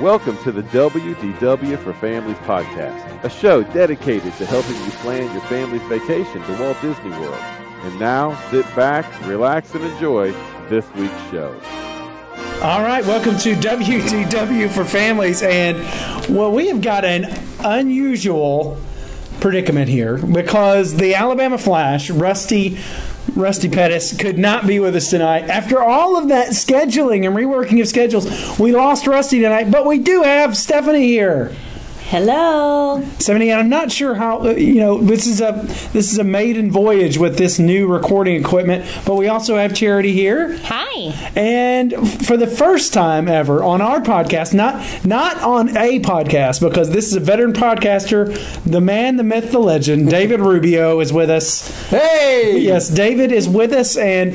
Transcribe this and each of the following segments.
Welcome to the WDW for Families podcast, a show dedicated to helping you plan your family's vacation to Walt Disney World. And now, sit back, relax, and enjoy this week's show. All right, welcome to WDW for Families. And well, we have got an unusual predicament here because the Alabama Flash, Rusty. Rusty Pettis could not be with us tonight. After all of that scheduling and reworking of schedules, we lost Rusty tonight, but we do have Stephanie here. Hello. Stephanie, and I'm not sure how uh, you know this is a this is a maiden voyage with this new recording equipment, but we also have Charity here. Hi. And for the first time ever on our podcast, not not on a podcast, because this is a veteran podcaster, the man, the myth, the legend, David Rubio is with us. Hey! Yes, David is with us, and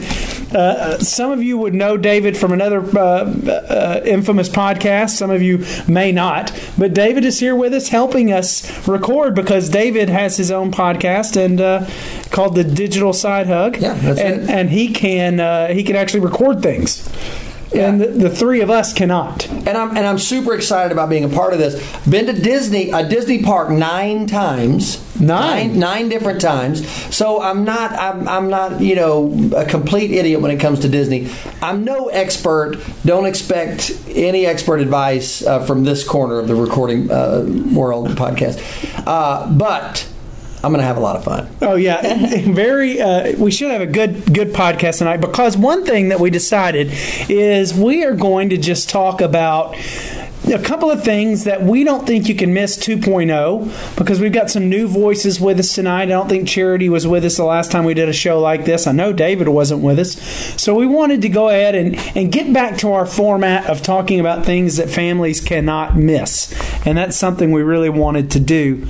uh, some of you would know David from another uh, uh, infamous podcast. Some of you may not, but David is here with us, helping us record because David has his own podcast and uh, called the Digital Side Hug. Yeah, that's and, it. and he can uh, he can actually record things, and the, the three of us cannot. And I'm and I'm super excited about being a part of this. Been to Disney, a Disney park nine times. Nine. nine different times. So I'm not I'm, I'm not, you know, a complete idiot when it comes to Disney. I'm no expert. Don't expect any expert advice uh, from this corner of the recording uh, world podcast. Uh, but I'm going to have a lot of fun. Oh yeah, very. Uh, we should have a good good podcast tonight because one thing that we decided is we are going to just talk about a couple of things that we don't think you can miss 2.0 because we've got some new voices with us tonight. I don't think Charity was with us the last time we did a show like this. I know David wasn't with us, so we wanted to go ahead and and get back to our format of talking about things that families cannot miss, and that's something we really wanted to do.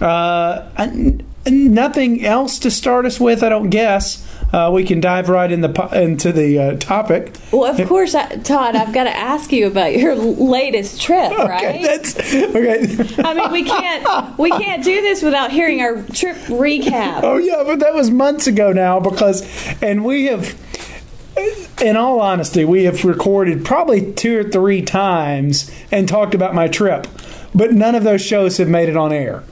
Uh, I- nothing else to start us with, I don't guess. Uh, we can dive right in the po- into the uh, topic. Well, of course, I, Todd, I've got to ask you about your latest trip, Okay, right? that's okay. I mean, we can't we can't do this without hearing our trip recap. Oh yeah, but that was months ago now because, and we have, in all honesty, we have recorded probably two or three times and talked about my trip, but none of those shows have made it on air.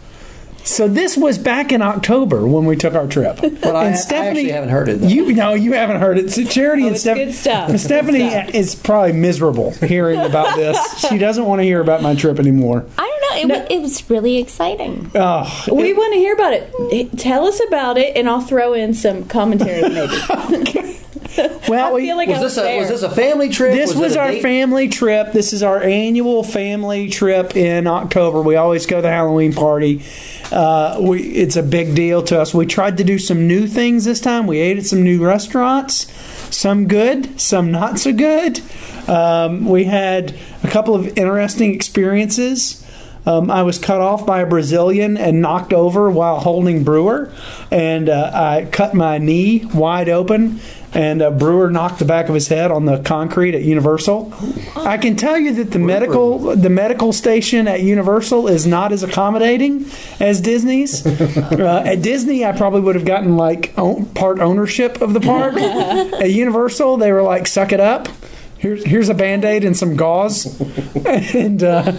So this was back in October when we took our trip. But I, I actually haven't heard it. Though. You no, you haven't heard it. So Charity and Oh, it's Steph- good stuff. It's Stephanie good stuff. is probably miserable hearing about this. she doesn't want to hear about my trip anymore. I don't know. It, wa- it was really exciting. Oh, We want to hear about it. Tell us about it, and I'll throw in some commentary maybe. well, I we- feel like was I was this a there. was this a family trip? this it was a our date? family trip. This is our annual family trip in October. We always go to the Halloween party. Uh, we, it's a big deal to us. We tried to do some new things this time. We ate at some new restaurants, some good, some not so good. Um, we had a couple of interesting experiences. Um, I was cut off by a Brazilian and knocked over while holding Brewer, and uh, I cut my knee wide open. And uh, Brewer knocked the back of his head on the concrete at Universal. I can tell you that the medical the medical station at Universal is not as accommodating as Disney's. uh, at Disney, I probably would have gotten like own, part ownership of the park. at Universal, they were like, "Suck it up." Here's here's a band aid and some gauze, and. Uh,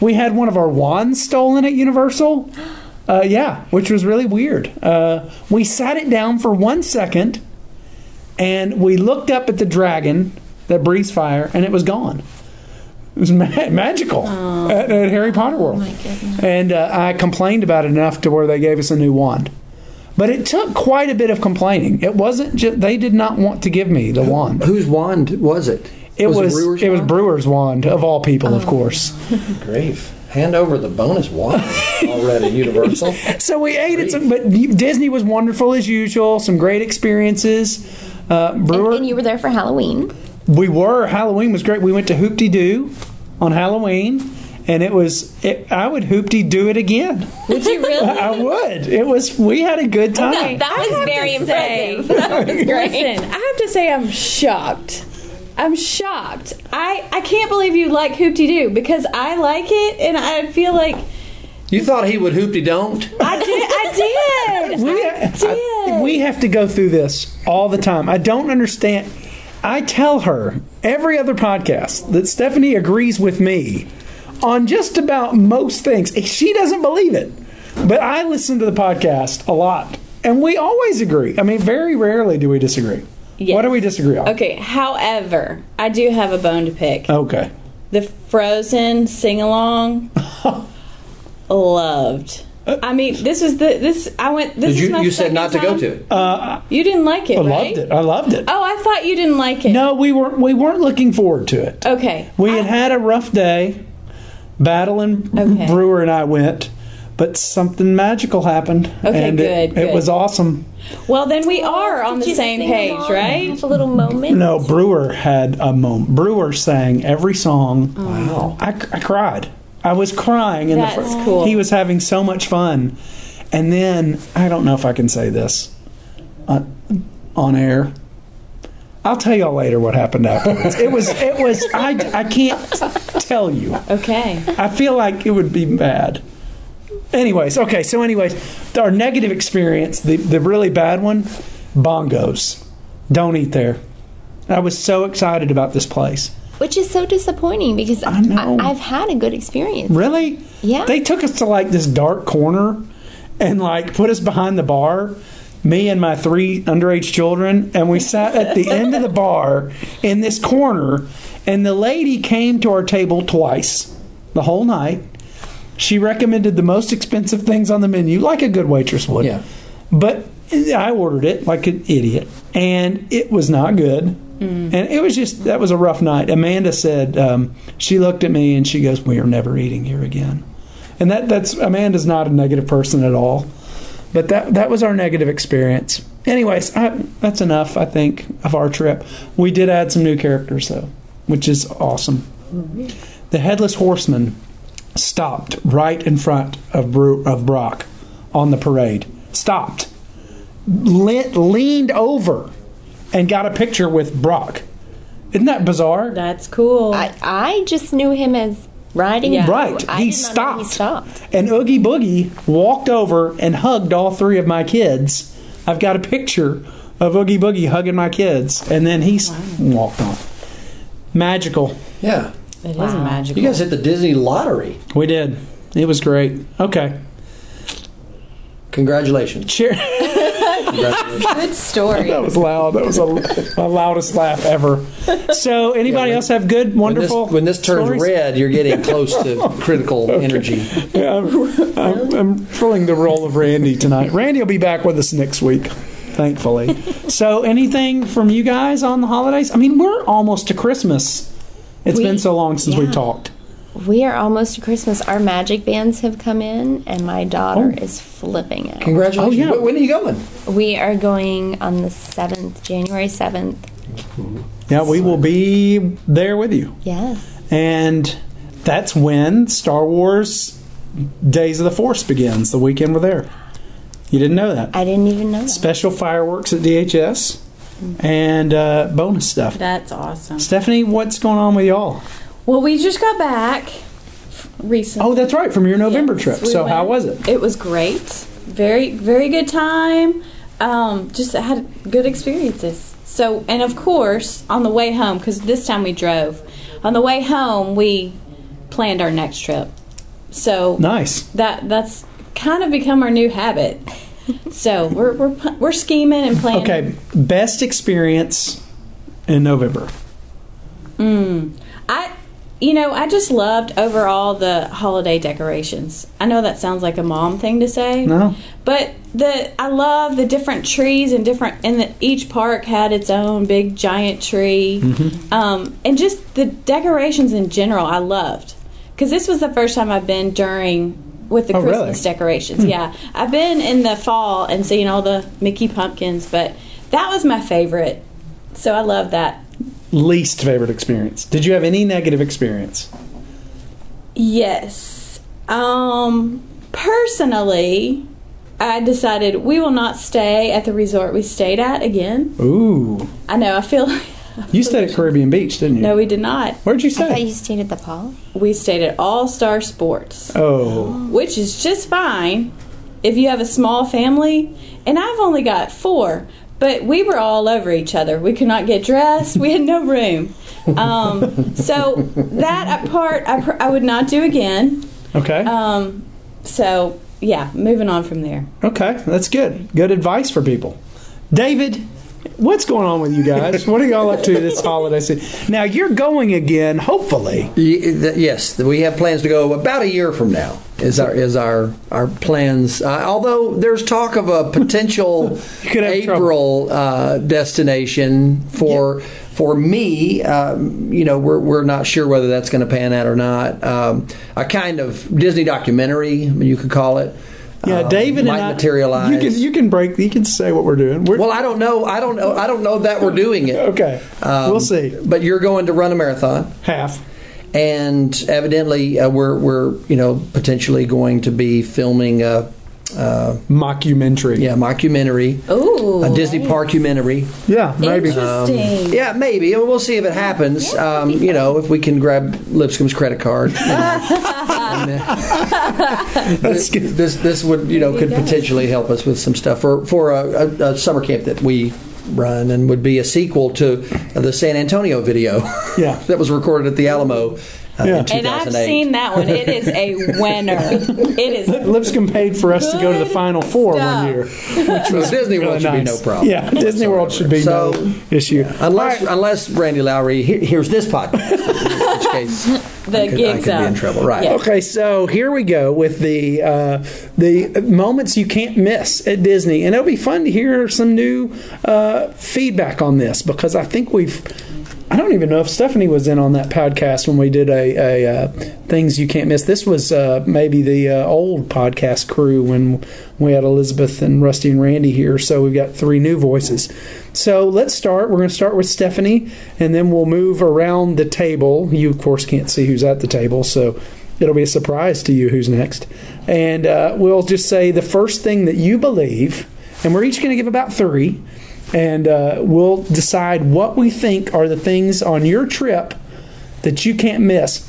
we had one of our wands stolen at Universal. Uh, yeah, which was really weird. Uh, we sat it down for one second, and we looked up at the dragon that breathes fire, and it was gone. It was ma- magical Oh. at, at Harry Potter World. And uh, I complained about it enough to where they gave us a new wand. But it took quite a bit of complaining. It wasn't just they did not want to give me the wand. Whose wand was it? It was, Brewer's it was wand? Brewer's wand of all people, Oh. of course. Grave. Hand over the bonus wand already, Universal. So we ate at some, but Disney was wonderful as usual. Some great experiences. Uh, Brewer, And you were there for Halloween. we were Halloween was great. We went to Hoopty Doo on Halloween, and it was. It, I would Hoopty Doo it again. Would you really? I would. It was. We had a good time. That was very say, impressive. That was great. Listen, I have to say I'm shocked. I'm shocked. I I can't believe you like Hoopty Doo because I like it, and I feel like You thought he would hoopty don't? I did. I did. We, I did. we have to go through this all the time. I don't understand. I tell her every other podcast that Stephanie agrees with me on just about most things. She doesn't believe it, but I listen to the podcast a lot, and we always agree. I mean, very rarely do we disagree. What do we disagree on? Okay, however, I do have a bone to pick. Okay. The Frozen sing along, loved. I mean, this is the this I went. This Did is you, my you second said not to go time- to it. You didn't like it, I right? loved it. I loved it. Oh, I thought you didn't like it. No, we weren't. We weren't looking forward to it. Okay. We Oh, I- had had a rough day. Battle and Okay. Brewer and I went, but something magical happened. Okay, and it- good, It good. was awesome. well, then we are Did on the you same sing page, along? right? Have a little moment. No, Brewer had a moment. Brewer sang every song. Wow. I, I cried. I was crying. In the That's cool. He was having so much fun. And then, I don't know if I can say this on, on air. I'll tell y'all later what happened afterwards. it was, it was, I, I can't tell you. Okay. I feel like it would be bad. Anyways, okay, so anyways, our negative experience, the, the really bad one, bongos. Don't eat there. I was so excited about this place. Which is so disappointing because I know. I, have had a good experience. Really? Yeah. They took us to like this dark corner and like put us behind the bar, me and my three underage children, and we sat at the end of the bar in this corner, and the lady came to our table twice the whole night. She recommended the most expensive things on the menu, like a good waitress would. Yeah. But I ordered it like an idiot, and it was not good. And it was just that was a rough night. Amanda said um, she looked at me and she goes, "We are never eating here again." And that that's Amanda's not a negative person at all, but that that was our negative experience. Anyways, I, that's enough. I think of our trip. We did add some new characters though, which is awesome. The headless horseman stopped right in front of Bru- of Brock on the parade. Stopped, Le- leaned over, and got a picture with Brock. Isn't that bizarre? That's cool. I, I just knew him as riding. Yeah. Right. I he did not stopped. Know he stopped. And Oogie Boogie walked over and hugged all three of my kids. I've got a picture of Oogie Boogie hugging my kids, and then he s- walked on. Magical. yeah. It is magical. You guys hit the Disney lottery. We did. It was great. Okay. Congratulations. Cheer. Congratulations. Good story. that was loud. That was a, my loudest laugh ever. So, anybody Yeah, else have good, when, this, wonderful? when this turns stories? red, you're getting close to critical energy. Yeah, I'm, I'm, I'm filling the role of Randy tonight. Randy will be back with us next week, thankfully. So, anything from you guys on the holidays? I mean, we're almost to Christmas. It's We- been so long since we yeah. talked. We are almost to Christmas. Our magic bands have come in, and my daughter is flipping out. Congratulations. Oh, yeah. Wh- When are you going? We are going on the 7th, January 7th. Yeah, we will be there with you. Yes. And that's when Star Wars Days of the Force begins, the weekend we're there. You didn't know that. I didn't even know that. Special fireworks at DHS and uh, bonus stuff. That's awesome. Stephanie, what's going on with y'all? Well, we just got back recently. Oh, that's right, from your November Yes, trip. we so, how went. was it? It was great. Very, very good time. Um, just had good experiences. So, and of course, on the way home, because this time we drove, on the way home, we planned our next trip. So, Nice. that that's kind of become our new habit. so, we're, we're, pl- we're scheming and planning. Okay, best experience in November. I, you know, I just loved overall the holiday decorations. I know that sounds like a mom thing to say. No. But the I love the different trees and different and the, each park had its own big giant tree, Mm-hmm. um, and just the decorations in general. I loved because this was the first time I've been during with the Oh, really? Christmas decorations. Yeah, I've been in the fall and seen all the Mickey pumpkins, but that was my favorite. So I love that. Least favorite experience. Did you have any negative experience? Yes. Um personally, I decided we will not stay at the resort we stayed at again. Ooh, I know, I feel you stayed at Caribbean Beach, didn't you? No, we did not. Where'd you I thought stay? you stayed at the Poly. We stayed at All Star Sports, oh, which is just fine if you have a small family, and I've only got 4, But we were all over each other. We could not get dressed. We had no room. Um, so that part I, pr- I would not do again. Okay. Um, so yeah, moving on from there. Okay, that's good. Good advice for people. David, what's going on with you guys? what are y'all up to this holiday season? Now you're going again, hopefully. Y- th- Yes, we have plans to go about a year from now. Is our is our our plans? Uh, although there's talk of a potential could have April uh, destination for for me. Um, you know, we're we're not sure whether that's going to pan out or not. Um, a kind of Disney documentary, I mean, you could call it. Yeah, um, David might and I, materialize. You can you can break. You can say what we're doing. We're, well, I don't know. I don't know. I don't know that we're doing it. okay, Um, we'll see. But you're going to run a marathon Half. and evidently uh, we're we're you know potentially going to be filming a uh, Mockumentary. yeah mockumentary, Ooh, a Disney parkumentary. Yeah, maybe. um, Interesting. Yeah, maybe we'll see if it happens. Um, you know, if we can grab Lipscomb's credit card. uh, That's good. this this would you know could potentially help us with some stuff for for a, a, a summer camp that we run and would be a sequel to the San Antonio video Yeah. that was recorded at the Alamo. Uh, Yeah. in 2008. And I've seen that one. It is a winner. It is. Lipscomb paid for us to go to the Good Final Four stuff. one year. So Disney Really World should be nice. no problem. Yeah, Disney World should be So- no issue. Unless, unless Randy Lowry he- hears this podcast, in which case I could, I gig's could be in up. trouble. Right. Yeah. Okay, so here we go with the uh, the moments you can't miss at Disney, and it'll be fun to hear some new uh, feedback on this because I think we've. I don't even know if Stephanie was in on that podcast when we did a, a uh, things you can't miss. This was uh, maybe the uh, old podcast crew when we had Elizabeth and Rusty and Randy here. So we've got three new voices. So let's start. We're going to start with Stephanie, and then we'll move around the table. You of course can't see who's at the table, so It'll be a surprise to you who's next. And uh, we'll just say the first thing that you believe, and we're each going to give about three, and uh, we'll decide what we think are the things on your trip that you can't miss.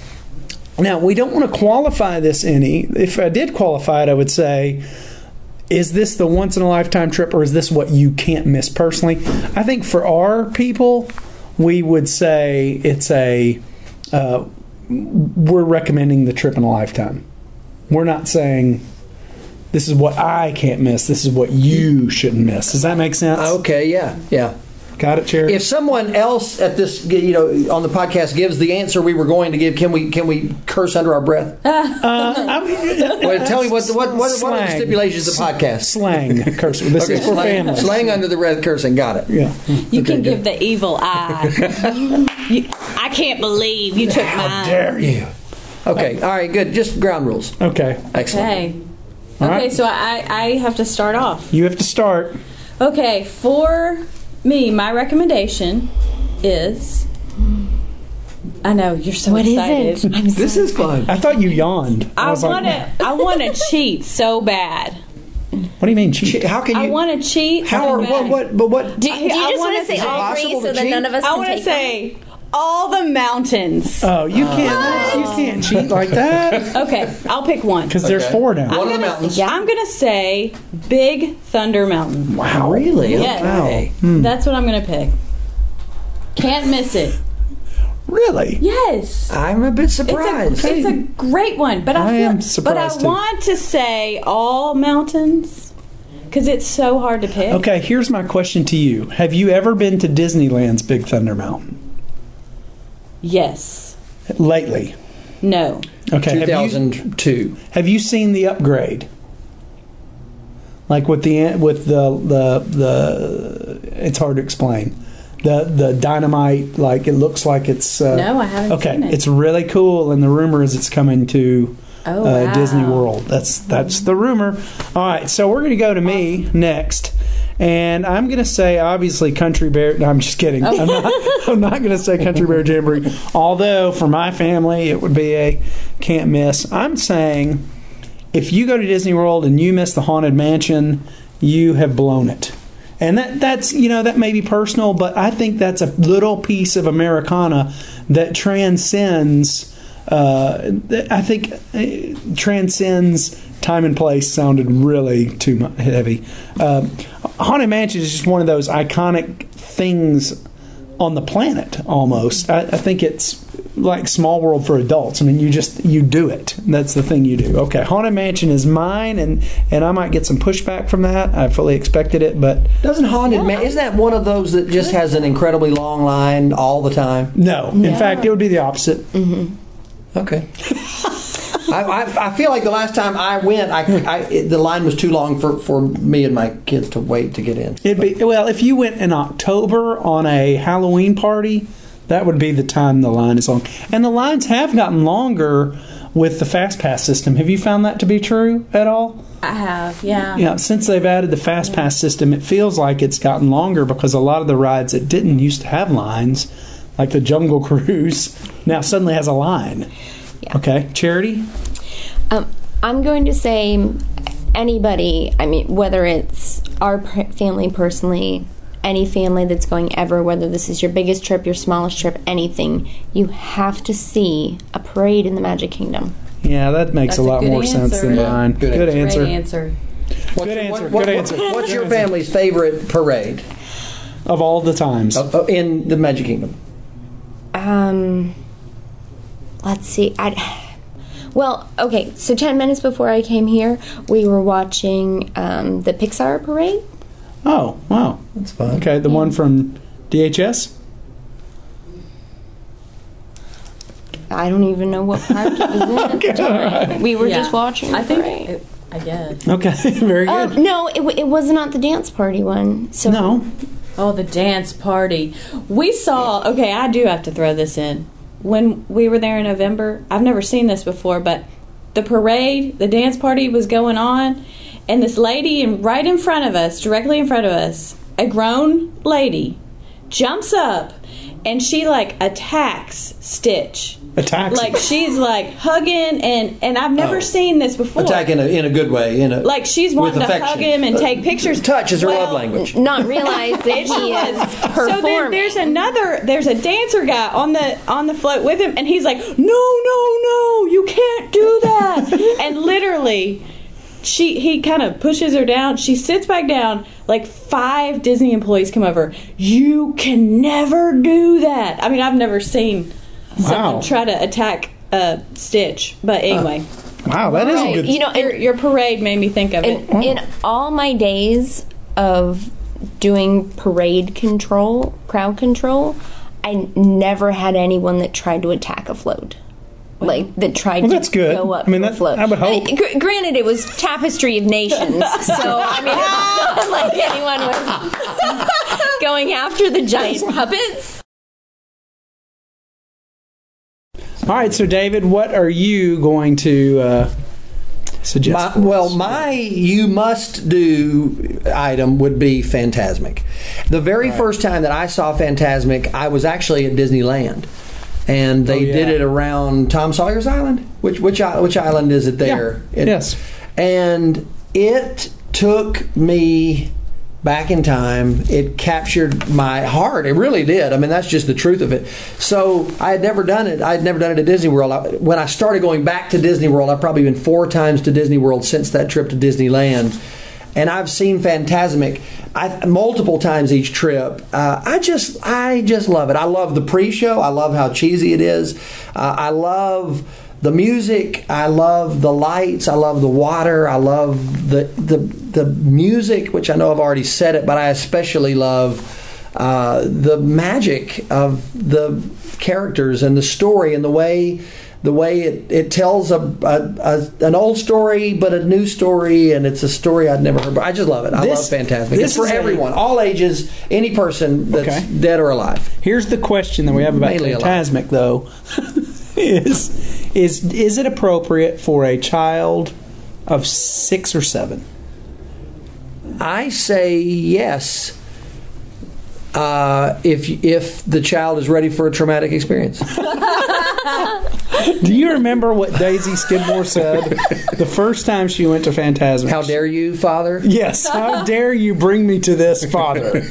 Now, we don't want to qualify this any. If I did qualify it, I would say, is this the once in a lifetime trip or is this what you can't miss personally? I think for our people, we would say it's a. Uh, we're recommending the trip in a lifetime. We're not saying this is what I can't miss. This is what you shouldn't miss. Does that make sense? Okay. Yeah. Yeah. Got it, Cherry. If someone else at this, you know, on the podcast gives the answer we were going to give, can we can we curse under our breath? Uh, Well, tell me what the, what what, what are the Slang. stipulations of the podcast? slang curse. word. This is for slang, family. slang under the breath cursing. Got it. Yeah. You can give the evil eye. You- I can't believe you took mine. Dare you? Okay. All right. Good. Just ground rules. Okay. Excellent. Okay. All Okay, right. so I, I have to start off. You have to start. Okay, for me, my recommendation is. I know you're so What is excited. it? I'm This is fun. I thought you yawned. I was like, want to. I want to cheat so bad. What do you mean cheat? How can you? I want to cheat. how so are, what bad. what but what? Do, do you I just want wanna- to say is it all three possible so to that cheat? none of us I can want to take say all the mountains. Oh, you can't. you can't cheat like that. Okay, I'll pick one. Because there's four now. One of the mountains. Yeah. I'm gonna say Big Thunder Mountain. Wow. Hmm. Really? Yes. Okay. That's what I'm gonna pick. Can't miss it. Really? Yes. I'm a bit surprised. It's a, it's a great one, but I, I feel, am but I surprised, too. want to say all mountains because it's so hard to pick. Okay. Here's my question to you: Have you ever been to Disneyland's Big Thunder Mountain Yes. lately? No. Okay. Have you, 2002. have you seen the upgrade? Like with the with the the the it's hard to explain. The the dynamite like it looks like it's uh, No, I haven't Okay, seen it. it's really cool, and the rumor is it's coming to Oh, uh, Disney wow. World. That's that's the rumor. All right, so we're going to go to me next, and I'm going to say obviously Country Bear. No, I'm just kidding. Oh. I'm not. I'm not going to say Country Bear Jamboree. Although for my family, it would be a can't miss. I'm saying if you go to Disney World and you miss the Haunted Mansion, you have blown it. And that, that's, you know, that may be personal, but I think that's a little piece of Americana that transcends, uh, that I think uh, transcends time and place sounded really too mu- heavy. Uh, Haunted Mansion is just one of those iconic things on the planet almost. I, I think it's like Small World for adults. I mean, you just you do it. That's the thing you do. Okay, Haunted Mansion is mine, and and I might get some pushback from that. I fully expected it, but Doesn't haunted man? Isn't that one of those that just has an incredibly long line all the time? no. In fact, it would be the opposite. Okay. I, I, I feel like the last time I went, I, I it, the line was too long for, for me and my kids to wait to get in. It'd be well if you went in October on a Halloween party, that would be the time the line is long. And the lines have gotten longer with the fast pass system. Have you found that to be true at all? I have, yeah. Yeah, since they've added the fast pass system, it feels like it's gotten longer because a lot of the rides that didn't used to have lines, like the Jungle Cruise, now suddenly has a line. Yeah. Okay, Charity. Um, I'm going to say anybody, I mean, whether it's our per- family personally, any family that's going ever, whether this is your biggest trip, your smallest trip, anything, you have to see a parade in the Magic Kingdom. Yeah, that makes That's a a lot good more sense answer. than Yeah. mine. Good Good Great answer. answer. What's, Good answer, what- good what- answer. What's your family's favorite parade Of all the times. of- of- in the Magic Kingdom? Um, let's see. I well, okay. So ten minutes before I came here, we were watching um, the Pixar parade. Oh, wow. That's fun. Okay, the one from DHS? I don't even know what park it was in. at the time. We were Yeah. just watching. the I think, parade. it, I guess. Okay, very Oh good. no! It, w- it was not the dance party one. So No. Oh, the dance party. We saw, okay, I do have to throw this in. When we were there in November, I've never seen this before, but the parade, the dance party was going on, and this lady in, right in front of us, directly in front of us, a grown lady, jumps up and she like attacks Stitch. Attacks. Like she's like hugging and and I've never seen this before. Attack in Oh. a, in a good way. In a, like she's with wanting to affection. Uh, hug him and take pictures. Touch is her Well, love language. not realize that It he was. is So then performing. there's another. There's a dancer guy on the on the float with him, and he's like, "No, no, no, you can't do that!" and literally, she he kind of pushes her down. She sits back down. Like five Disney employees come over. You can never do that. I mean, I've never seen Wow. someone try to attack a Stitch, but anyway, Wow, that is a good. you know, and- your, your parade made me think of it. Oh. in, in all my days of doing parade control, crowd control, I never had anyone that tried to attack a float. Like that tried Well, to that's good. go up I mean, to a that- float. I would hope. mean, gr- granted, it was Tapestry of Nations, so I mean, it's not like anyone was going after the giant puppets. All right, so David, what are you going to uh, suggest? My, for us? well, my you must do item would be Fantasmic. The very first time that I saw Fantasmic, I was actually at Disneyland, and they Oh, yeah. did it around Tom Sawyer's Island. Which which i- which island is it there? Yeah. It- Yes. and it took me back in time it captured my heart it really did i mean that's just the truth of it so i had never done it i had never done it at disney world I, when i started going back to disney world i've probably been four times to disney world since that trip to disneyland and i've seen phantasmic I, multiple times each trip uh, i just i just love it i love the pre-show i love how cheesy it is uh, i love the music i love the lights i love the water i love the the, the music which i know i've already said it but i especially love uh, the magic of the characters and the story and the way the way it, it tells a, a, a an old story but a new story and it's a story I'd never heard. But I just love it. I This- love Fantasmic. this It's for is a- everyone, all ages, any person that's Okay. dead or alive. Here's the question that we have about Mainly a lot. Fantasmic, though: is is is it appropriate for a child of six or seven? I say yes. Uh, if if the child is ready for a traumatic experience, Do you remember what Daisy Skidmore said the first time she went to Phantasm? How dare you, Father? Yes, how dare you bring me to this, Father?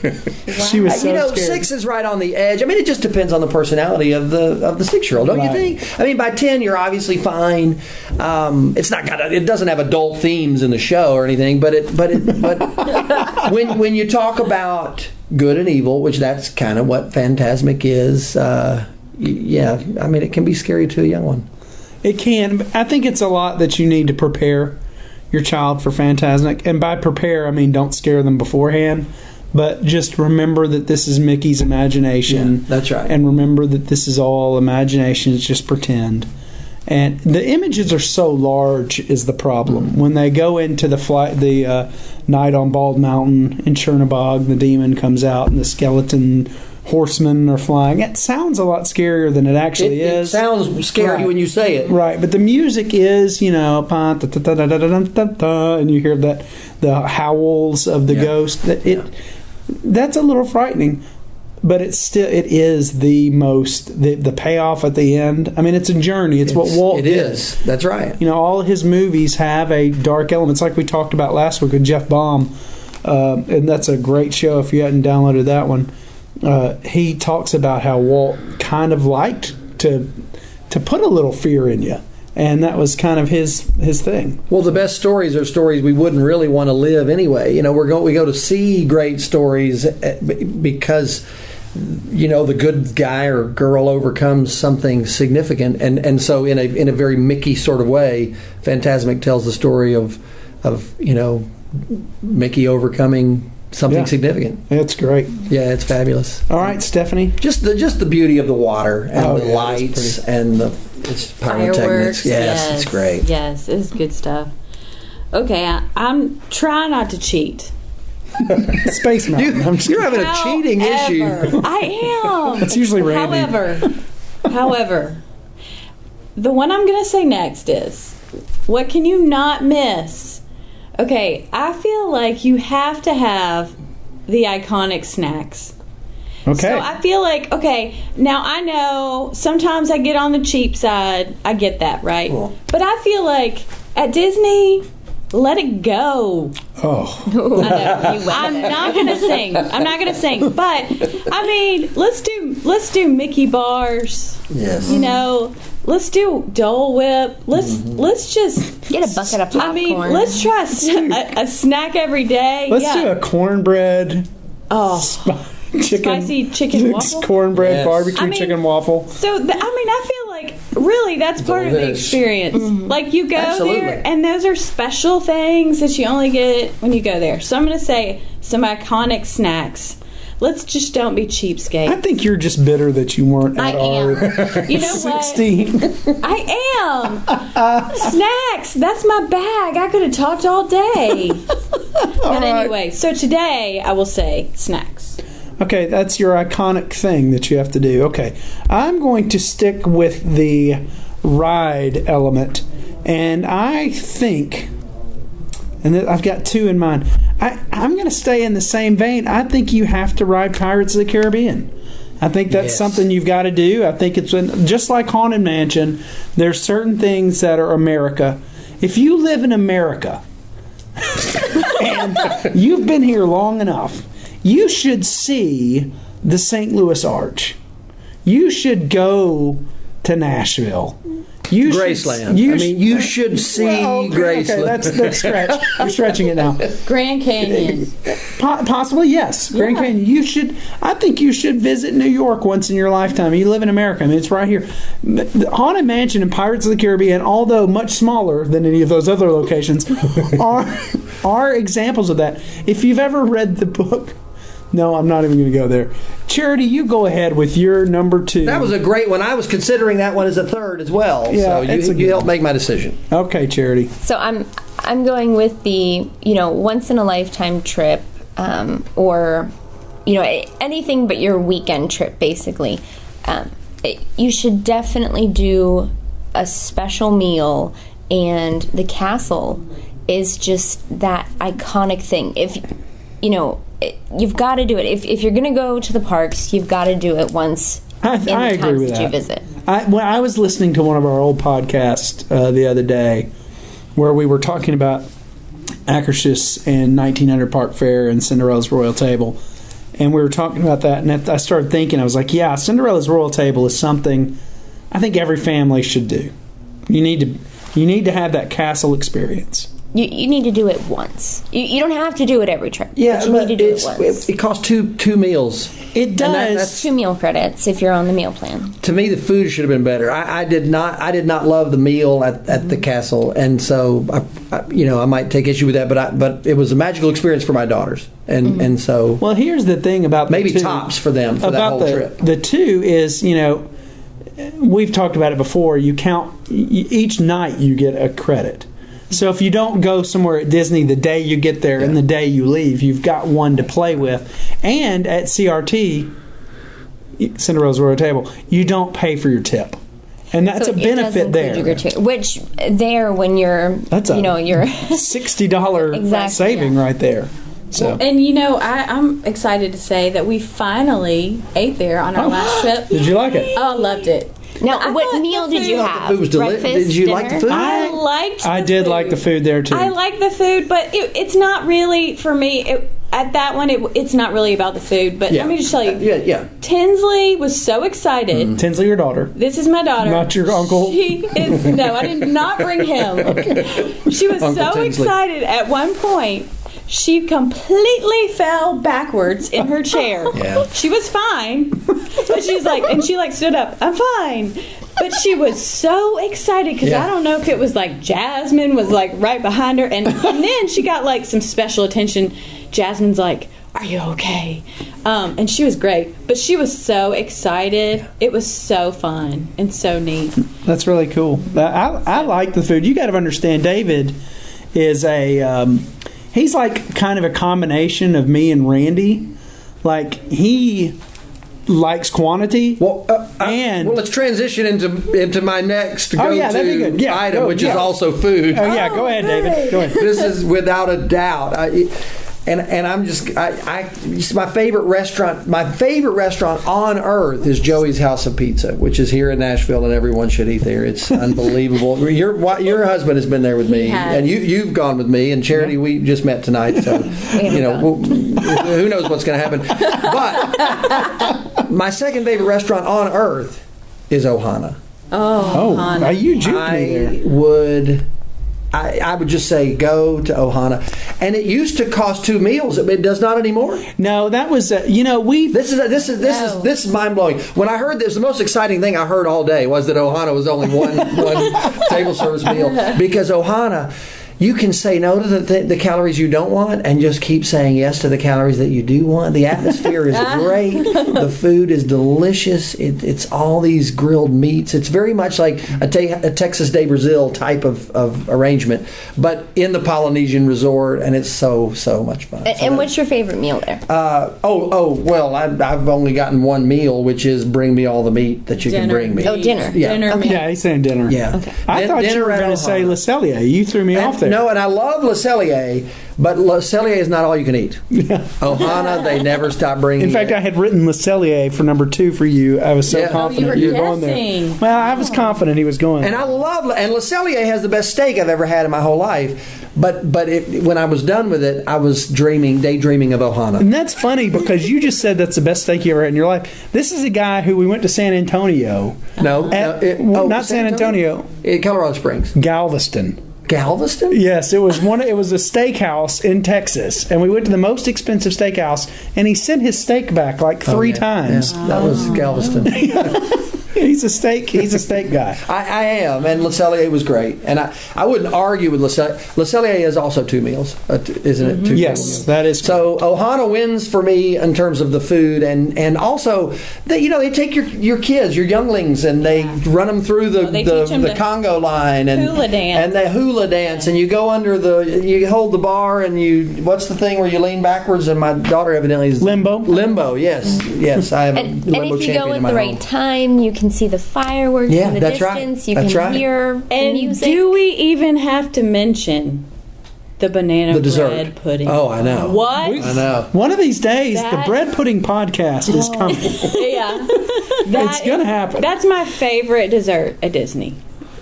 She was so Uh, you know, scared. six is right on the edge. I mean, it just depends on the personality of the of the six year old, don't you Right. think? I mean, by ten, you're obviously fine. Um, it's not got a, it doesn't have adult themes in the show or anything, but it but it but when when you talk about good and evil, which that's kind of what Phantasmic is. Uh, y- yeah, I mean, it can be scary to a young one. It can. but I think it's a lot that you need to prepare your child for Fantasmic. And by prepare, I mean don't scare them beforehand, but just remember that this is Mickey's imagination. Yeah, that's right. And remember that this is all imagination, it's just pretend. And the images are so large is the Mm-hmm. problem. When they go into the flight, the uh, night on Bald Mountain in Chernabog, the demon comes out and the skeleton horsemen are flying. It sounds a lot scarier than it It, actually it is. sounds scary Right. when you say it. Right, but the music is, you know, pa- da- da- da- da- da- da- da- da- and you hear that the howls of the Yeah. ghost. That it that's a little frightening, but it's still it is the most the the payoff at the end. I mean, it's a journey. It's, what Walt it did. is. That's right. You know, all his movies have a dark element. It's like we talked about last week with Jeff Baum, uh, and that's a great show if you hadn't downloaded that one. Uh, he talks about how Walt kind of liked to to put a little fear in you, and that was kind of his his thing. Well, the best stories are stories we wouldn't really want to live anyway. You know, we're going we go to see great stories eh, be- because you know the good guy or girl overcomes something significant, and and so in a in a very Mickey sort of way, Fantasmic tells the story of of you know Mickey overcoming something Yeah. significant. That's great. Yeah, it's fabulous. All right, Stephanie. Just the just the beauty of the water and Oh, yeah, the that's lights and the it's pyrotechnics. Fireworks. yes, it's great. Yes, it's good stuff. Okay, I, I'm trying not to cheat. Space Mountain. I'm just- You're having a cheating issue. However- I am. It's usually Randy. However, however, the one I'm going to say next is what can you not miss? Okay, I feel like you have to have the iconic snacks. okay. So I feel like okay. Now I know sometimes I get on the cheap side. I get that right. Cool. But I feel like at Disney, let it go. oh, I know. I'm not gonna sing. I'm not gonna sing. But I mean, let's do let's do Mickey bars. Yes. Mm-hmm. You know, let's do Dole Whip. Let's let's just Get a bucket of popcorn. I mean, let's try a, s- a- a snack every day. let's yeah. do a cornbread Oh. chicken Spicy chicken waffle? cornbread Yes. barbecue I mean- chicken waffle. So th- I mean, I feel like really that's part of the Delish. experience. Like you go Absolutely. there, and those are special things that you only get when you go there. So I'm going to say some iconic snacks. Let's just don't be I cheapskate. think you're just bitter that you weren't I at our am. You know what? 16. I am. Snacks. That's my bag. I could have talked all day. but anyway, so today I will say snacks. Okay, that's your iconic thing that you have to do. Okay, I'm going to stick with the ride element, and I think, and th- I've got two in mind. I, I'm going to stay in the same vein. I think you have to ride Pirates of the Caribbean. I think that's Yes. something you've got to do. I think it's in, just like Haunted Mansion. There's certain things that are America. If you live in America, You've been here long enough. You should see the St. Louis Arch. You should go to Nashville. You Graceland. Should, you I mean, you sh- should see Well, okay, Graceland. Okay, that's that's stretch. You're stretching it now. Grand Canyon. Po- possibly yes. Grand Canyon. You should. I think you should visit New York once in your lifetime. You live in America. I mean, it's right here. M- The Haunted Mansion and Pirates of the Caribbean, although much smaller than any of those other locations, are are examples of that. If you've ever read the book. No, I'm not even going to go there. Charity, you go ahead with your number two. that was a great one. I was considering that one as a third as well. Yeah, so it's you, a you good helped make my decision. okay, Charity. So I'm I'm going with the you know once in a lifetime trip um, or you know a- anything but your weekend trip basically. Um, it- you should definitely do a special meal, and the castle is just that iconic thing. If you know it, you've got to do it. If if you're gonna go to the parks, you've got to do it once I, in I the agree times with that, that. you visit. I, well, I was listening to one of our old podcasts uh, the other day where we were talking about Akershus and 1900 Park Fair and Cinderella's Royal Table. And we were talking about that, and that- I started thinking, I was like, yeah, Cinderella's Royal Table is something I think every family should do. You need to, you need to have that castle experience. You, you need to do it once. You, you don't have to do it every trip. Yeah, but you but need to do it it's- once. it costs two two meals. It does. that- that's- Two meal credits if you're on the meal plan. to me the food should have been better i, I did not i did not love the meal at, at the castle and so I, I, you know i might take issue with that but i but it was a magical experience for my daughters and Mm-hmm. and so Well, here's the thing about the Maybe two- tops for them for that about whole the, trip. The two is you know we've talked about it before. You count y- each night you get a credit. So if you don't go somewhere at Disney the day you get there and the day you leave, you've got one to play with. And at CRT, Cinderella's Royal Table, you don't pay for your tip, and that's So a it does benefit include your there. gratuity, which there when you're That's a you know you're Sixty dollar Exactly, saving yeah. right there. So And you know, I, I'm excited to say that we finally ate there on our last trip. Oh, did you like it? Oh, loved it. now I thought what the meal did you food- have? food was deli- Breakfast, did you like the dinner? food? I liked. I the did food. like the food there too. I like the food, but it, it's not really for me. It, at that one, it, it's not really about the food. But let me just tell you, Uh, yeah yeah Tinsley was so excited. Tinsley, your daughter. This is my daughter. Mm. Not your uncle? She is no, I did not bring him. She was so Tinsley. excited at one point. She completely fell backwards in her chair. Yeah. She was fine. But she was like and she like stood up, I'm fine. But she was so excited because Yeah. I don't know if it was like Jasmine was like right behind her and, and then she got like some special attention. Jasmine's like, Are you okay? Um, and she was great. But she was so excited. It was so fun and so neat. That's really cool. I, I, I like the food. You got to understand, David is a um, he's like kind of a combination of me and Randy. Like he likes quantity. well, uh, I- And- well, let's transition into into my next Oh, go-to yeah, that'd be good. Yeah, item, go- which yeah. is also food. oh yeah, go ahead, David. Go ahead. this is without a doubt. I, and and I'm just I, I it's my favorite restaurant my favorite restaurant on earth is Joey's House of Pizza, which is here in Nashville, and everyone should eat there. It's unbelievable. your wa- your husband has been there with me, has. and you you've gone with me, and Charity we just met tonight, so you know we'll- who knows what's going to happen. But my second favorite restaurant on earth is Ohana. Oh, uh, you juked me there. I would. I, I would just say go to Ohana, and it used to cost two meals. It, does not anymore. No, that was uh, you know we. This is this is this No. is this is mind blowing. When I heard this, the most exciting thing I heard all day was that Ohana was only one one table service meal because Ohana. You can say no to the, th- the calories you don't want and just keep saying yes to the calories that you do want. The atmosphere is great. The food is delicious. It, it's all these grilled meats. It's very much like a, te- a Texas Day Brazil type of, of arrangement, but in the Polynesian resort, and it's so, so much fun. And, So and that- what's your favorite meal there? uh, oh, oh, well, I, I've only gotten one meal, which is bring me all the meat that you can Dinner. bring me. Oh, dinner. Yeah. Dinner meal. Yeah, he's saying dinner. Yeah. Okay. I Din- thought you dinner were at going to Ohana. say Le Cellier. You threw me off there. No, and I love Le Cellier, but Le Cellier is not all you can eat. Ohana, they never stop bringing In fact, it. I had written Le Cellier for number two for you. I was so Yeah. Oh, you confident were you were going there. guessing. Well, I was confident he was going. And I love and Le Cellier has the best steak I've ever had in my whole life. But but it, when I was done with it, I was dreaming, daydreaming of Ohana. And that's funny because you just said that's the best steak you ever had in your life. This is a guy who we went to San Antonio, No, At- no, it- oh, well, not San Antonio. Eh, Colorado Springs, Galveston. Galveston. Yes, it was one. It was a steakhouse in Texas, and we went to the most expensive steakhouse, and he sent his steak back like three Oh, Yeah, times. yeah, that was Galveston. He's a steak. He's a steak guy. I, I am, and Le Cellier was great, and I, I wouldn't argue with Le Cellier. Le Cellier is also two meals, uh, t- isn't it? Two table Mm-hmm. Yes, meals. that is So Ohana wins for me in terms of the food, and and also that you know they take your your kids, your younglings, and they run them through the they the, teach 'em the to Congo line and hula dance. and they hula dance, and you go under the you hold the bar, and you what's the thing where you lean backwards? And my daughter evidently is Limbo? Limbo, yes, Mm-hmm. yes, I am And, a and limbo if you champion go in at my the right home. time, you can see the fireworks Yeah, in the that's right. distance. You That's can right. hear the And music. do we even have to mention the banana The dessert. bread pudding. Oh, I know. What? I know. One of these days, the That- bread pudding podcast is coming. yeah. That It's gonna is- happen. That's my favorite dessert at Disney.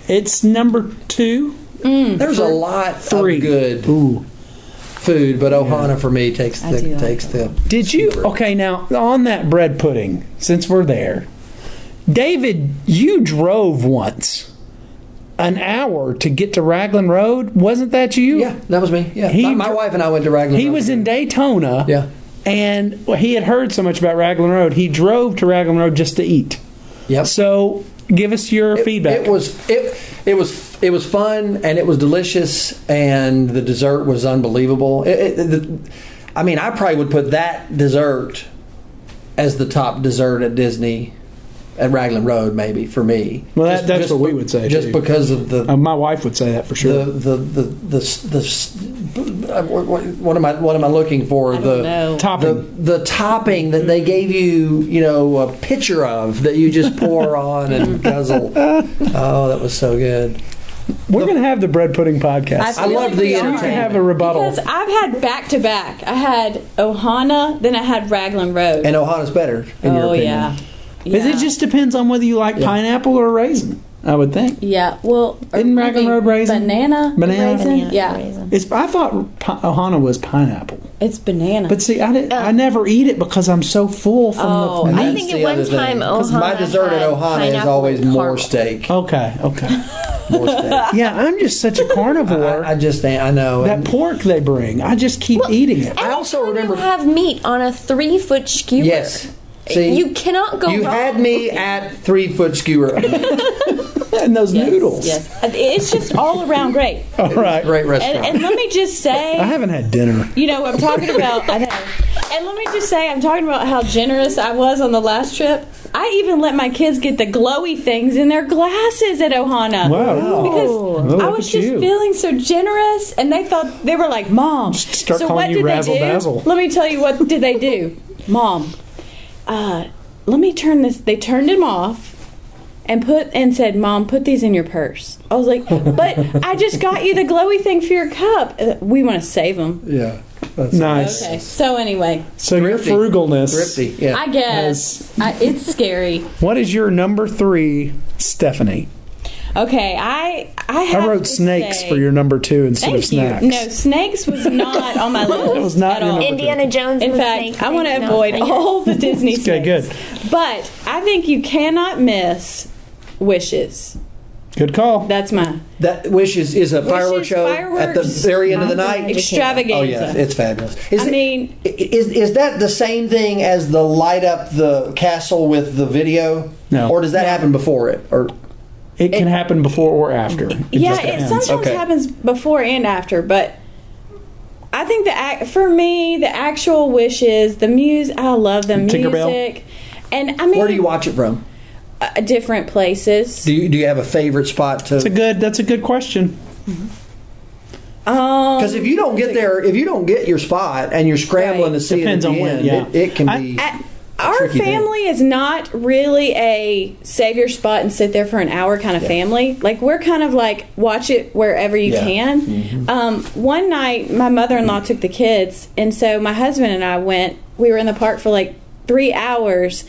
It's number two. There's a lot Three. of good Ooh. food, but Ohana for me takes I do the like takes the. Did you? Okay, now on that bread pudding, since we're there, David, you drove once an hour to get to Raglan Road. Wasn't that you? Yeah, that was me. Yeah, He my, my dr- wife and I went to Raglan. He was in Daytona. Yeah. And he had heard so much about Raglan Road, he drove to Raglan Road just to eat. Yep. So give us your It- feedback. It was it it was it was fun and it was delicious and the dessert was unbelievable. It, it, the, I mean, I probably would put that dessert as the top dessert at Disney at Raglan Road, maybe for me. Well, that- that's what we be- would say, Just too. because of the Uh, my wife would say that for sure. the the the the, the, the what, what- what am I what am I looking for? I don't the know. Topping. the the topping that they gave you, you know, a pitcher of that you just pour on and guzzle. Oh, that was so good. We're going to have the bread pudding podcast. I feel love the we are. you can have a Because rebuttal. I've had back to back. I had Ohana, then I had Raglan Road. And Ohana's better. In your oh opinion. yeah. Because Yeah. It just depends on whether you like pineapple or raisin, I would think. Yeah. Well, or Isn't Raglan maybe Road raisin? Banana. Banana? Raisin? Banana yeah. raisin. It's, I thought pi- Ohana was pineapple. It's banana. But see, I, didn't, I never eat it because I'm so full from Oh, the meat. I think That's at the one other thing. time 'Cause Ohana my dessert at had Ohana is pineapple always and more caramel. steak. okay, okay. More steak. Yeah, I'm just such a carnivore. I, I just think- I know. that and pork they bring, I just keep eating it. I also Anytime remember. you have meat on a three foot skewer. yes. See, you cannot go You wrong. had me at three foot skewer. And those noodles. yes, it's just all around great. All right. Great restaurant. And, and let me just say, I haven't had dinner. You know, I'm talking about. I know. And let me just say, I'm talking about how generous I was on the last trip. I even let my kids get the glowy things in their glasses at Ohana. Wow. Wow. Because Oh, I look was at just you. feeling so generous, and they thought they were like, "Mom, start so calling what you did Razzle they do? Dazzle. Let me tell you what did they do, Mom. Uh, let me turn this. They turned him off. And put and said, "Mom, put these in your purse." I was like, "But I just got you the glowy thing for your cup. Uh, We want to save them." yeah. That's Nice. Okay. So anyway, So Thrifty. your frugalness. Thrifty. Yeah. I guess I, it's scary. What is your number three, Stephanie? Okay, I I, have I wrote to snakes say- for your number two instead Thank of snacks. You. No, snakes was not on my list. was not at your all. number Indiana Jones. In and the fact, snake I want to thing. No, avoid thank you. all the Disney snakes. Okay, good. But I think you cannot miss wishes. Good call. That's my That wishes is a fireworks show at the fireworks, very end of the night. extravaganza. Oh yeah, it's fabulous. Is I mean- is is that the same thing as the light up the castle with the video? No. Or does that happen before it? Or it can happen before or after. It yeah, just it depends. sometimes Okay. happens before and after, but I think the ac- for me the actual wishes, the muse, I love the Tinkerbell? music, and I mean, where do you watch it from? uh, different places. Do you do you have a favorite spot That's a to? good. That's a good question. Um, Because if you don't get there, if you don't get your spot and you're Right. scrambling to see Depends it at on the when, end, yeah. it, it can I- be. I- our tricky thing. family is not really a save your spot and sit there for an hour kind of family. Like we're kind of like watch it wherever you Yeah. can. Mm-hmm. Um, one night, my mother in law took the kids, and so my husband and I went. We were in the park for like three hours,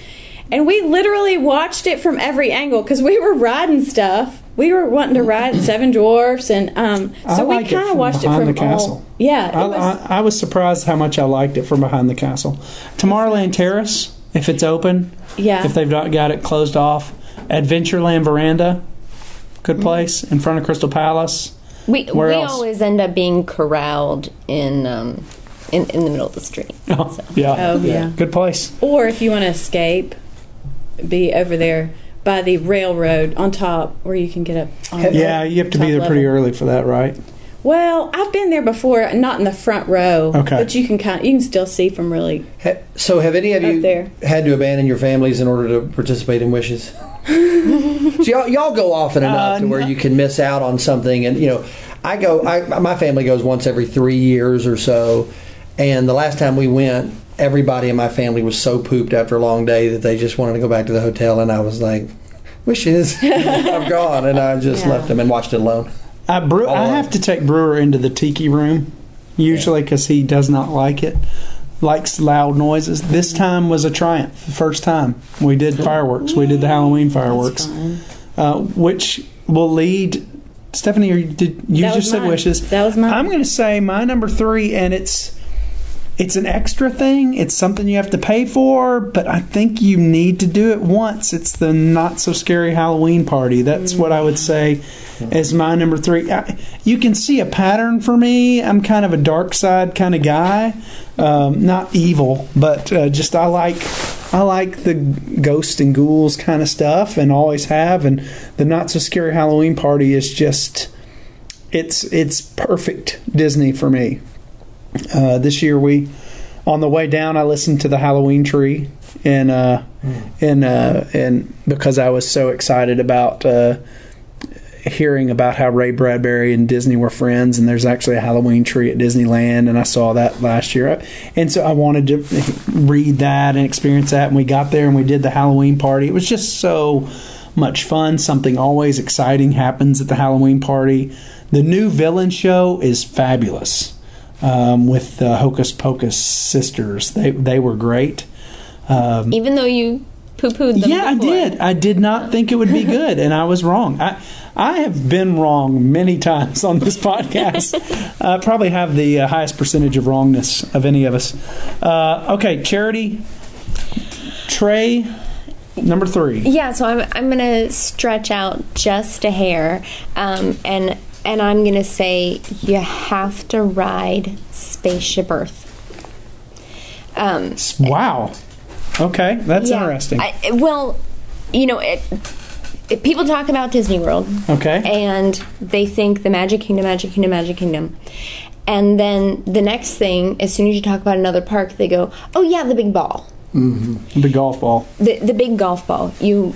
and we literally watched it from every angle because we were riding stuff. We were wanting to ride Seven Dwarfs, and um, I so we like it kind of from watched it behind from the castle. All, yeah, it I, was- I, I was surprised how much I liked it from behind the castle. Tomorrowland Terrace, if it's open, Yeah. if they've not got it closed off. Adventureland Veranda, good Mm-hmm. place in front of Crystal Palace. We Where we else? always end up being corralled in um in, in the middle of the street. yeah, Oh yeah. good place. Or if you want to escape, be over there by the railroad on top where you can get up. On Yeah, you have to be top there pretty level. early for that, right? Well, I've been there before, not in the front row. Okay. But you can kind you can still see from really. Ha- so have any of Up you there. had to abandon your families in order to participate in wishes? so y'all, y'all go often enough Uh, to where you can miss out on something, and you know, I go. I, my family goes once every three years or so, and the last time we went, everybody in my family was so pooped after a long day that they just wanted to go back to the hotel, and I was like, "Wishes, I'm gone," and I just Yeah. left them and watched it alone. I, Uh, brew, I Oh. have to take Brewer into the tiki room usually because he does not like it. Likes loud noises. This time was a triumph. The first time we did fireworks, we did the Halloween fireworks, uh, which will lead. Stephanie, or did you That was just said mine. wishes? That was mine. I'm going to say my number three, and it's it's an extra thing. It's something you have to pay for, but I think you need to do it once. It's the not so scary Halloween party. That's what I would say is my number three. I, you can see a pattern for me. I'm kind of a dark side kind of guy, um, not evil, but uh, just I like. I like the ghost and ghouls kind of stuff and always have and the not so scary Halloween party is just it's it's perfect Disney for me. Uh, this year we on the way down I listened to the Halloween tree and uh, and uh, and because I was so excited about uh, hearing about how Ray Bradbury and Disney were friends and there's actually a Halloween tree at Disneyland and I saw that last year and so I wanted to read that and experience that and we got there and we did the Halloween party it was just so much fun something always exciting happens at the Halloween party the new villain show is fabulous um, with the Hocus Pocus sisters. They they were great. Even though you poo pooed them. yeah, before. I did. I did not think it would be good, and I was wrong. I I have been wrong many times on this podcast. I probably have the uh, highest percentage of wrongness of any of us. Uh, okay, Charity, Trey, number three. Yeah, so I'm I'm gonna stretch out just a hair, um, and and I'm gonna say you have to ride Spaceship Earth. Um, Wow. Okay, that's yeah. interesting. I, well, you know, it, it, people talk about Disney World, okay. and they think the Magic Kingdom, Magic Kingdom, Magic Kingdom. And then the next thing, as soon as you talk about another park, they go, "Oh yeah, the big ball." the golf ball. the, the big golf ball. You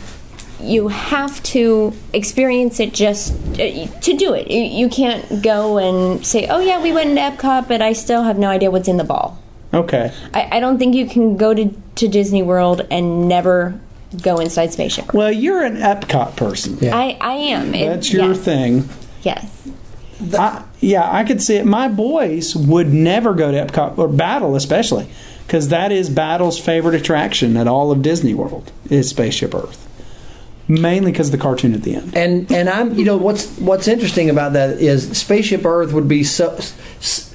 you have to experience it just uh, to do it. You, you can't go and say, "Oh yeah, we went to Epcot, but I still have no idea what's in the ball." Okay. I, I don't think you can go to, to Disney World and never go inside Spaceship. Earth. Well, you're an Epcot person. Yeah. I, I am. It- That's your yes, thing. Yes. I, yeah, I could see it. My boys would never go to Epcot or Battle, especially because that is Battle's favorite attraction at all of Disney World is Spaceship Earth, mainly because of the cartoon at the end. And and I'm you know what's what's interesting about that is Spaceship Earth would be so, s-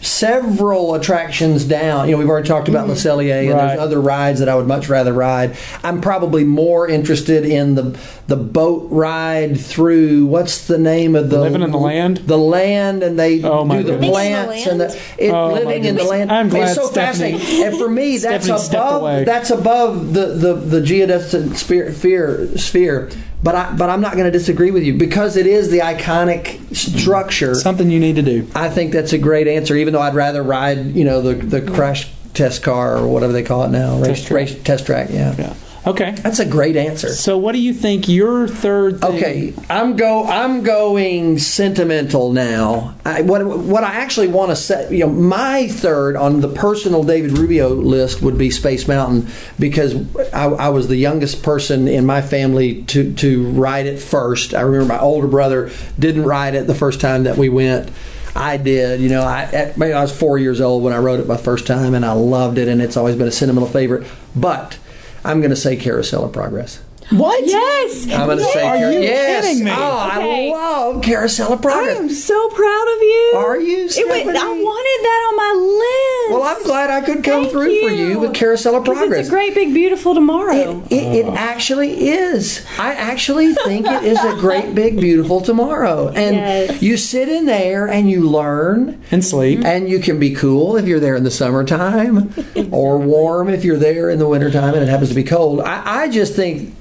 several attractions down. You know we've already talked about Le Cellier and Mm. Right. there's other rides that I would much rather ride. I'm probably more interested in the the boat ride through what's the name of the Living in the Land? the land and they Oh, my do the goodness. plants and the it, Oh, my living in the goodness. land. I'm glad it's so Stephanie- fascinating. And for me that's Stephanie stepped above away. that's above the the the geodesic sphere, fear, sphere. But I but I'm not going to disagree with you because it is the iconic structure. Something you need to do. I think that's a great answer. Even though I'd rather ride you know the the crash test car or whatever they call it now race Test track. race test track. Yeah. Yeah. Okay. that's a great answer. So, what do you think your third? Thing, Okay, I'm go. I'm going sentimental now. I, what what I actually want to say, you know, my third on the personal David Rubio list would be Space Mountain because I, I was the youngest person in my family to to ride it first. I remember my older brother didn't ride it the first time that we went. I did, you know. I at, maybe I was four years old when I rode it my first time, and I loved it, and it's always been a sentimental favorite. But I'm going to say Carousel of Progress. What? Yes. I'm going to say Are Cara- you yes. kidding me? Oh, Okay. I love Carousel of I Progress. am so proud of you. Are you, It went- I Stephanie? wanted that on my list. well, I'm glad I could come Thank through for you with Carousel of 'Cause Progress. It's a great big beautiful tomorrow. it, it, it actually is. I actually think it is a great, big, beautiful tomorrow. And Yes. you sit in there and you learn. And sleep. And you can be cool if you're there in the summertime, or warm if you're there in the wintertime and it happens to be cold. I, I just think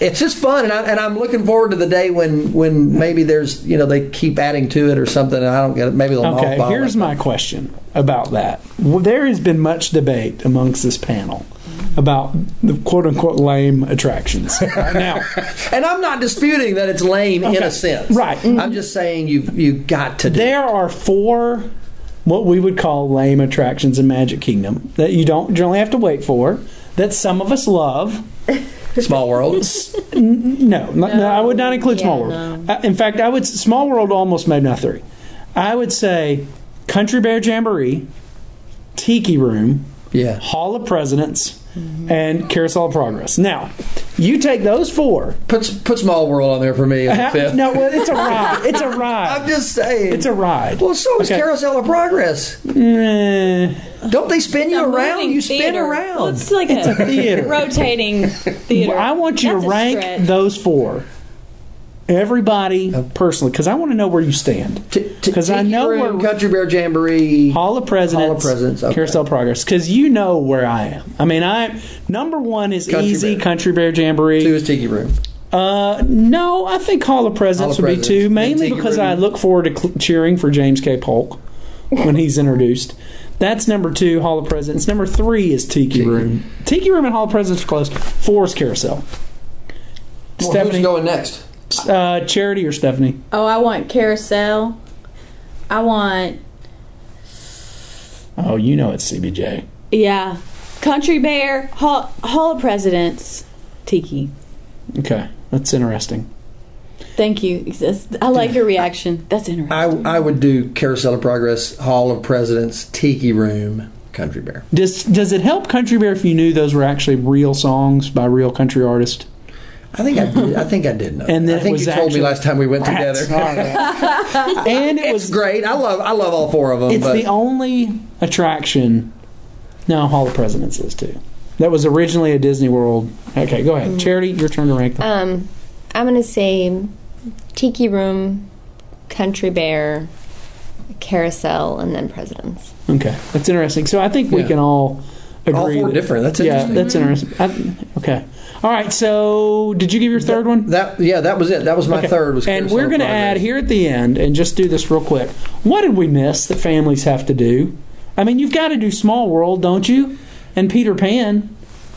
it's just fun, and, I, and I'm looking forward to the day when, when maybe there's you know they keep adding to it or something, and I don't get it. Maybe they'll Okay, mothball here's it. my question about that. Well, there has been much debate amongst this panel about the quote unquote lame attractions. now, and I'm not disputing that it's lame in Okay. a sense, Right. I'm just saying you have you have got to do. it. there are four what we would call lame attractions in Magic Kingdom that you don't generally have to wait for, that some of us love. Small world. No, no, no, I would not include Small yeah, World. Uh, in fact, I would Small World almost made my three. I would say Country Bear Jamboree, Tiki Room, Yeah. Hall of Presidents, and Carousel of Progress. Now, you take those four. Put put Small World on there for me. as a fifth. Uh-huh. No, well, it's a ride. It's a ride. I'm just saying. It's a ride. well, so is Okay. Carousel of Progress. Eh, Don't they spin you A around? moving You spin theater. around. Well, it's like a, theater. rotating theater. I want you That's to a rank stretch. those four. Everybody personally, because I want to know where you stand. T- t- Because I Tiki know Room, where Country Bear Jamboree. Hall of Presidents, Hall of Presidents, okay. Carousel Progress. Because you know where I am. I mean, I number one is Country easy Bear. Country Bear Jamboree. Two is Tiki Room. Uh, no, I think Hall of Presidents Hall of would Presidents. be two, Then mainly Tiki because Room. I look forward to cl- cheering for James K. Polk when he's introduced. That's number two, Hall of Presidents. Number three is Tiki, Room. Tiki Room and Hall of Presidents are close. Four is Carousel. Well, Stephanie, Who's going next? uh, Charity or Stephanie? Oh, I want carousel. I want Oh, you know it's CBJ. yeah, country bear, hall, hall of presidents, tiki. Okay, that's interesting. Thank you. That's- I like your reaction. That's Uh, interesting. I, I would do Carousel of Progress, Hall of Presidents, Tiki Room, Country Bear. Does does it help Country Bear if you knew those were actually real songs by real country artists? I think I did, I think I did know. And then I think it was you told me actually- last time we went That's together. And it It's was great. I love I love all four of them. It's but the only attraction. No, Hall of Presidents is too. That was originally a Disney World. Okay, go Mm. ahead. Charity, your turn to Uh, rank them. Um, I'm gonna say Tiki Room, Country Bear, Carousel, and then Presidents. Okay, that's interesting. So I think we Yeah. can all agree. all four that- different. That's yeah, interesting. that's interesting. I, okay. All right. So did you give your third one? that yeah, that was it. That was my Okay. third. Was and Carousel we're of going to Progress. add here at the end and just do this real quick. What did we miss that families have to do? I mean, you've got to do Small World, don't you? And Peter Pan,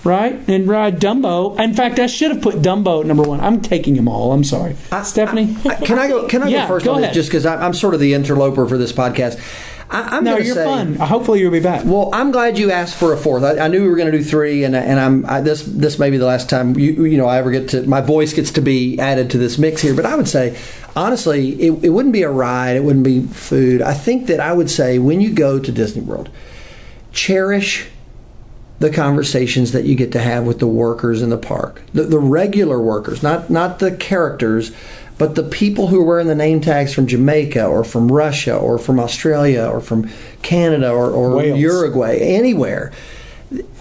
right? And ride Dumbo. In fact, I should have put Dumbo at number one. I'm taking them all. I'm sorry, Stephanie. I- can I go? Can I Yeah, go first go on ahead. this? Just because I'm sort of the interloper for this podcast. I, I'm no, gonna you're say, fun. Hopefully, you'll be back. Well, I'm glad you asked for a fourth. I, I knew we were going to do three, and and I'm I, this this may be the last time you you know I ever get to my voice gets to be added to this mix here. But I would say, honestly, it, it wouldn't be a ride, it wouldn't be food. I think that I would say when you go to Disney World, cherish the conversations that you get to have with the workers in the park, the, the regular workers, not not the characters, but the people who are wearing the name tags from Jamaica or from Russia or from Australia or from Canada or, or Wales. Uruguay, anywhere.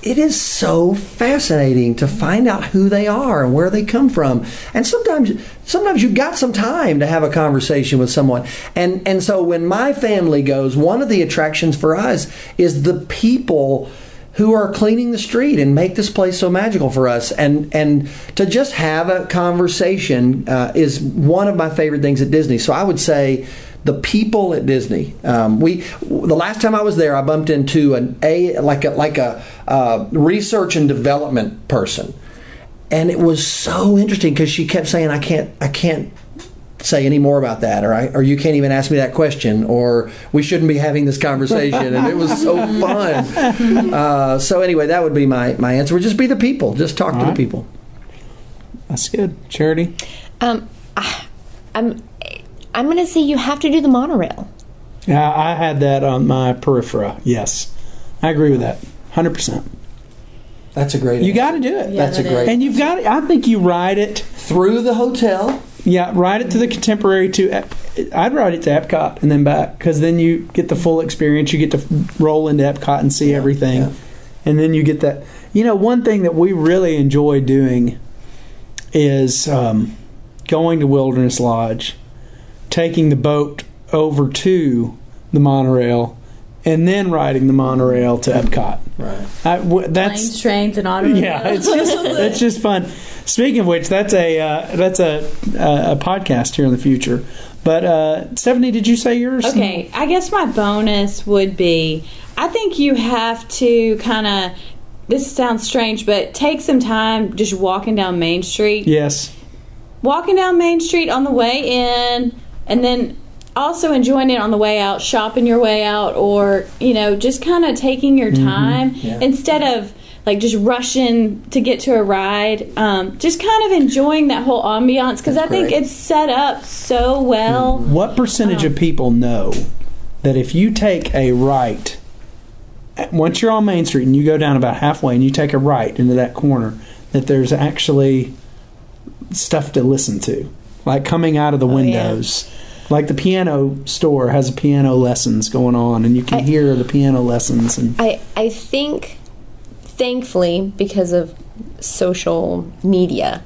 It is so fascinating to find out who they are and where they come from. And sometimes sometimes you've got some time to have a conversation with someone. And and so when my family goes, one of the attractions for us is the people who are cleaning the street and make this place so magical for us. And and to just have a conversation uh, is one of my favorite things at Disney. So I would say the people at Disney. Um, we the last time I was there, I bumped into an a like a like a uh, research and development person, and it was so interesting because she kept saying, "I can't, I can't." Say any more about that, or I, or you can't even ask me that question, or we shouldn't be having this conversation. And it was so fun. Uh, so anyway, that would be my my answer. Would just be the people. Just talk to All right. the people. That's good. Charity. Um, ah, I'm I'm gonna say you have to do the monorail. Yeah, I had that on my periphera. Yes, I agree with that. Hundred percent. That's a great. You got to do it. Yeah, That's a that is. great. And you've got. I think you ride it. through the hotel. Yeah, ride it to the contemporary to. Ep- I'd ride it to Epcot and then back because then you get the full experience. You get to f- roll into Epcot and see everything, yeah. and then you get that. You know, one thing that we really enjoy doing is um, going to Wilderness Lodge, taking the boat over to the monorail, and then riding the monorail to Epcot. Right. I, w- that's Planes, trains, and automobiles. yeah, it's just it's just fun. Speaking of which, that's a uh, that's a uh, a podcast here in the future. But uh, Stephanie, did you say yours? Okay, I guess my bonus would be I think you have to kind of, this sounds strange, but take some time just walking down Main Street. Yes. Walking down Main Street on the way in, and then also enjoying it on the way out, shopping your way out, or, you know, just kind of taking your time instead of like just rushing to get to a ride. Um, just kind of enjoying that whole ambiance because I think great. Mm-hmm. it's set up so well. What percentage of people know that if you take a right, once you're on Main Street and you go down about halfway and you take a right into that corner, that there's actually stuff to listen to, like coming out of the windows. Like the piano store has piano lessons going on, and you can I- hear the piano lessons. And I I think thankfully because of social media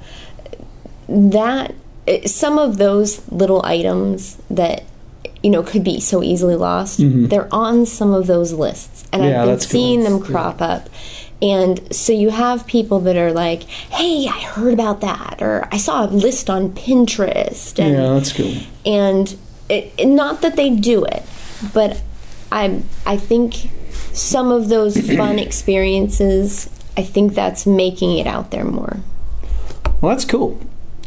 that eh, some of those little items that you know could be so easily lost they're on some of those lists and Mm-hmm. Yeah, I've been that's cool. seeing them crop up and so you have people that are like hey I heard about that or I saw a list on Pinterest and yeah, that's cool. and it, it- not that they do it, but I I think some of those fun experiences. I think that's making it out there more. Well, that's cool.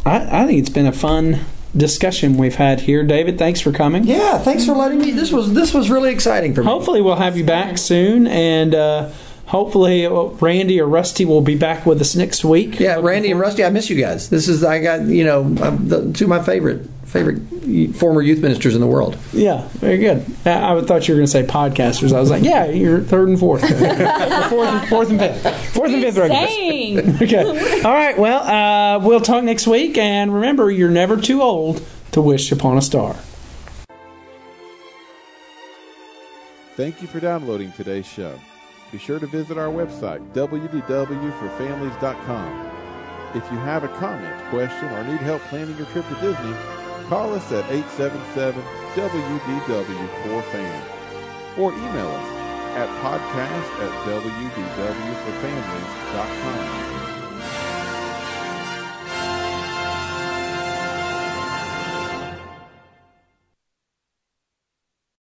I, I think it's been a fun discussion we've had here. David, thanks for coming. Yeah, thanks for letting me. This was this was really exciting for me. Hopefully, we'll have you back soon, and uh, hopefully, uh, Randy or Rusty will be back with us next week. Yeah, Randy and Rusty, I miss you guys. This is I got you know um, the, two of my favorite favorite y- former youth ministers in the world. Yeah, very good. I, I thought you were going to say podcasters. I was like, yeah, you're third and fourth, fourth, and, fourth and fifth, fourth and fifth regulars. Dang. Okay. All right. Well, uh, we'll talk next week, and remember, you're never too old to wish upon a star. Thank you for downloading today's show. Be sure to visit our website, www.forfamilies.com. If you have a comment, question, or need help planning your trip to Disney, call us at 877-WDW4FAM or email us at podcast at wdwforfamilies.com.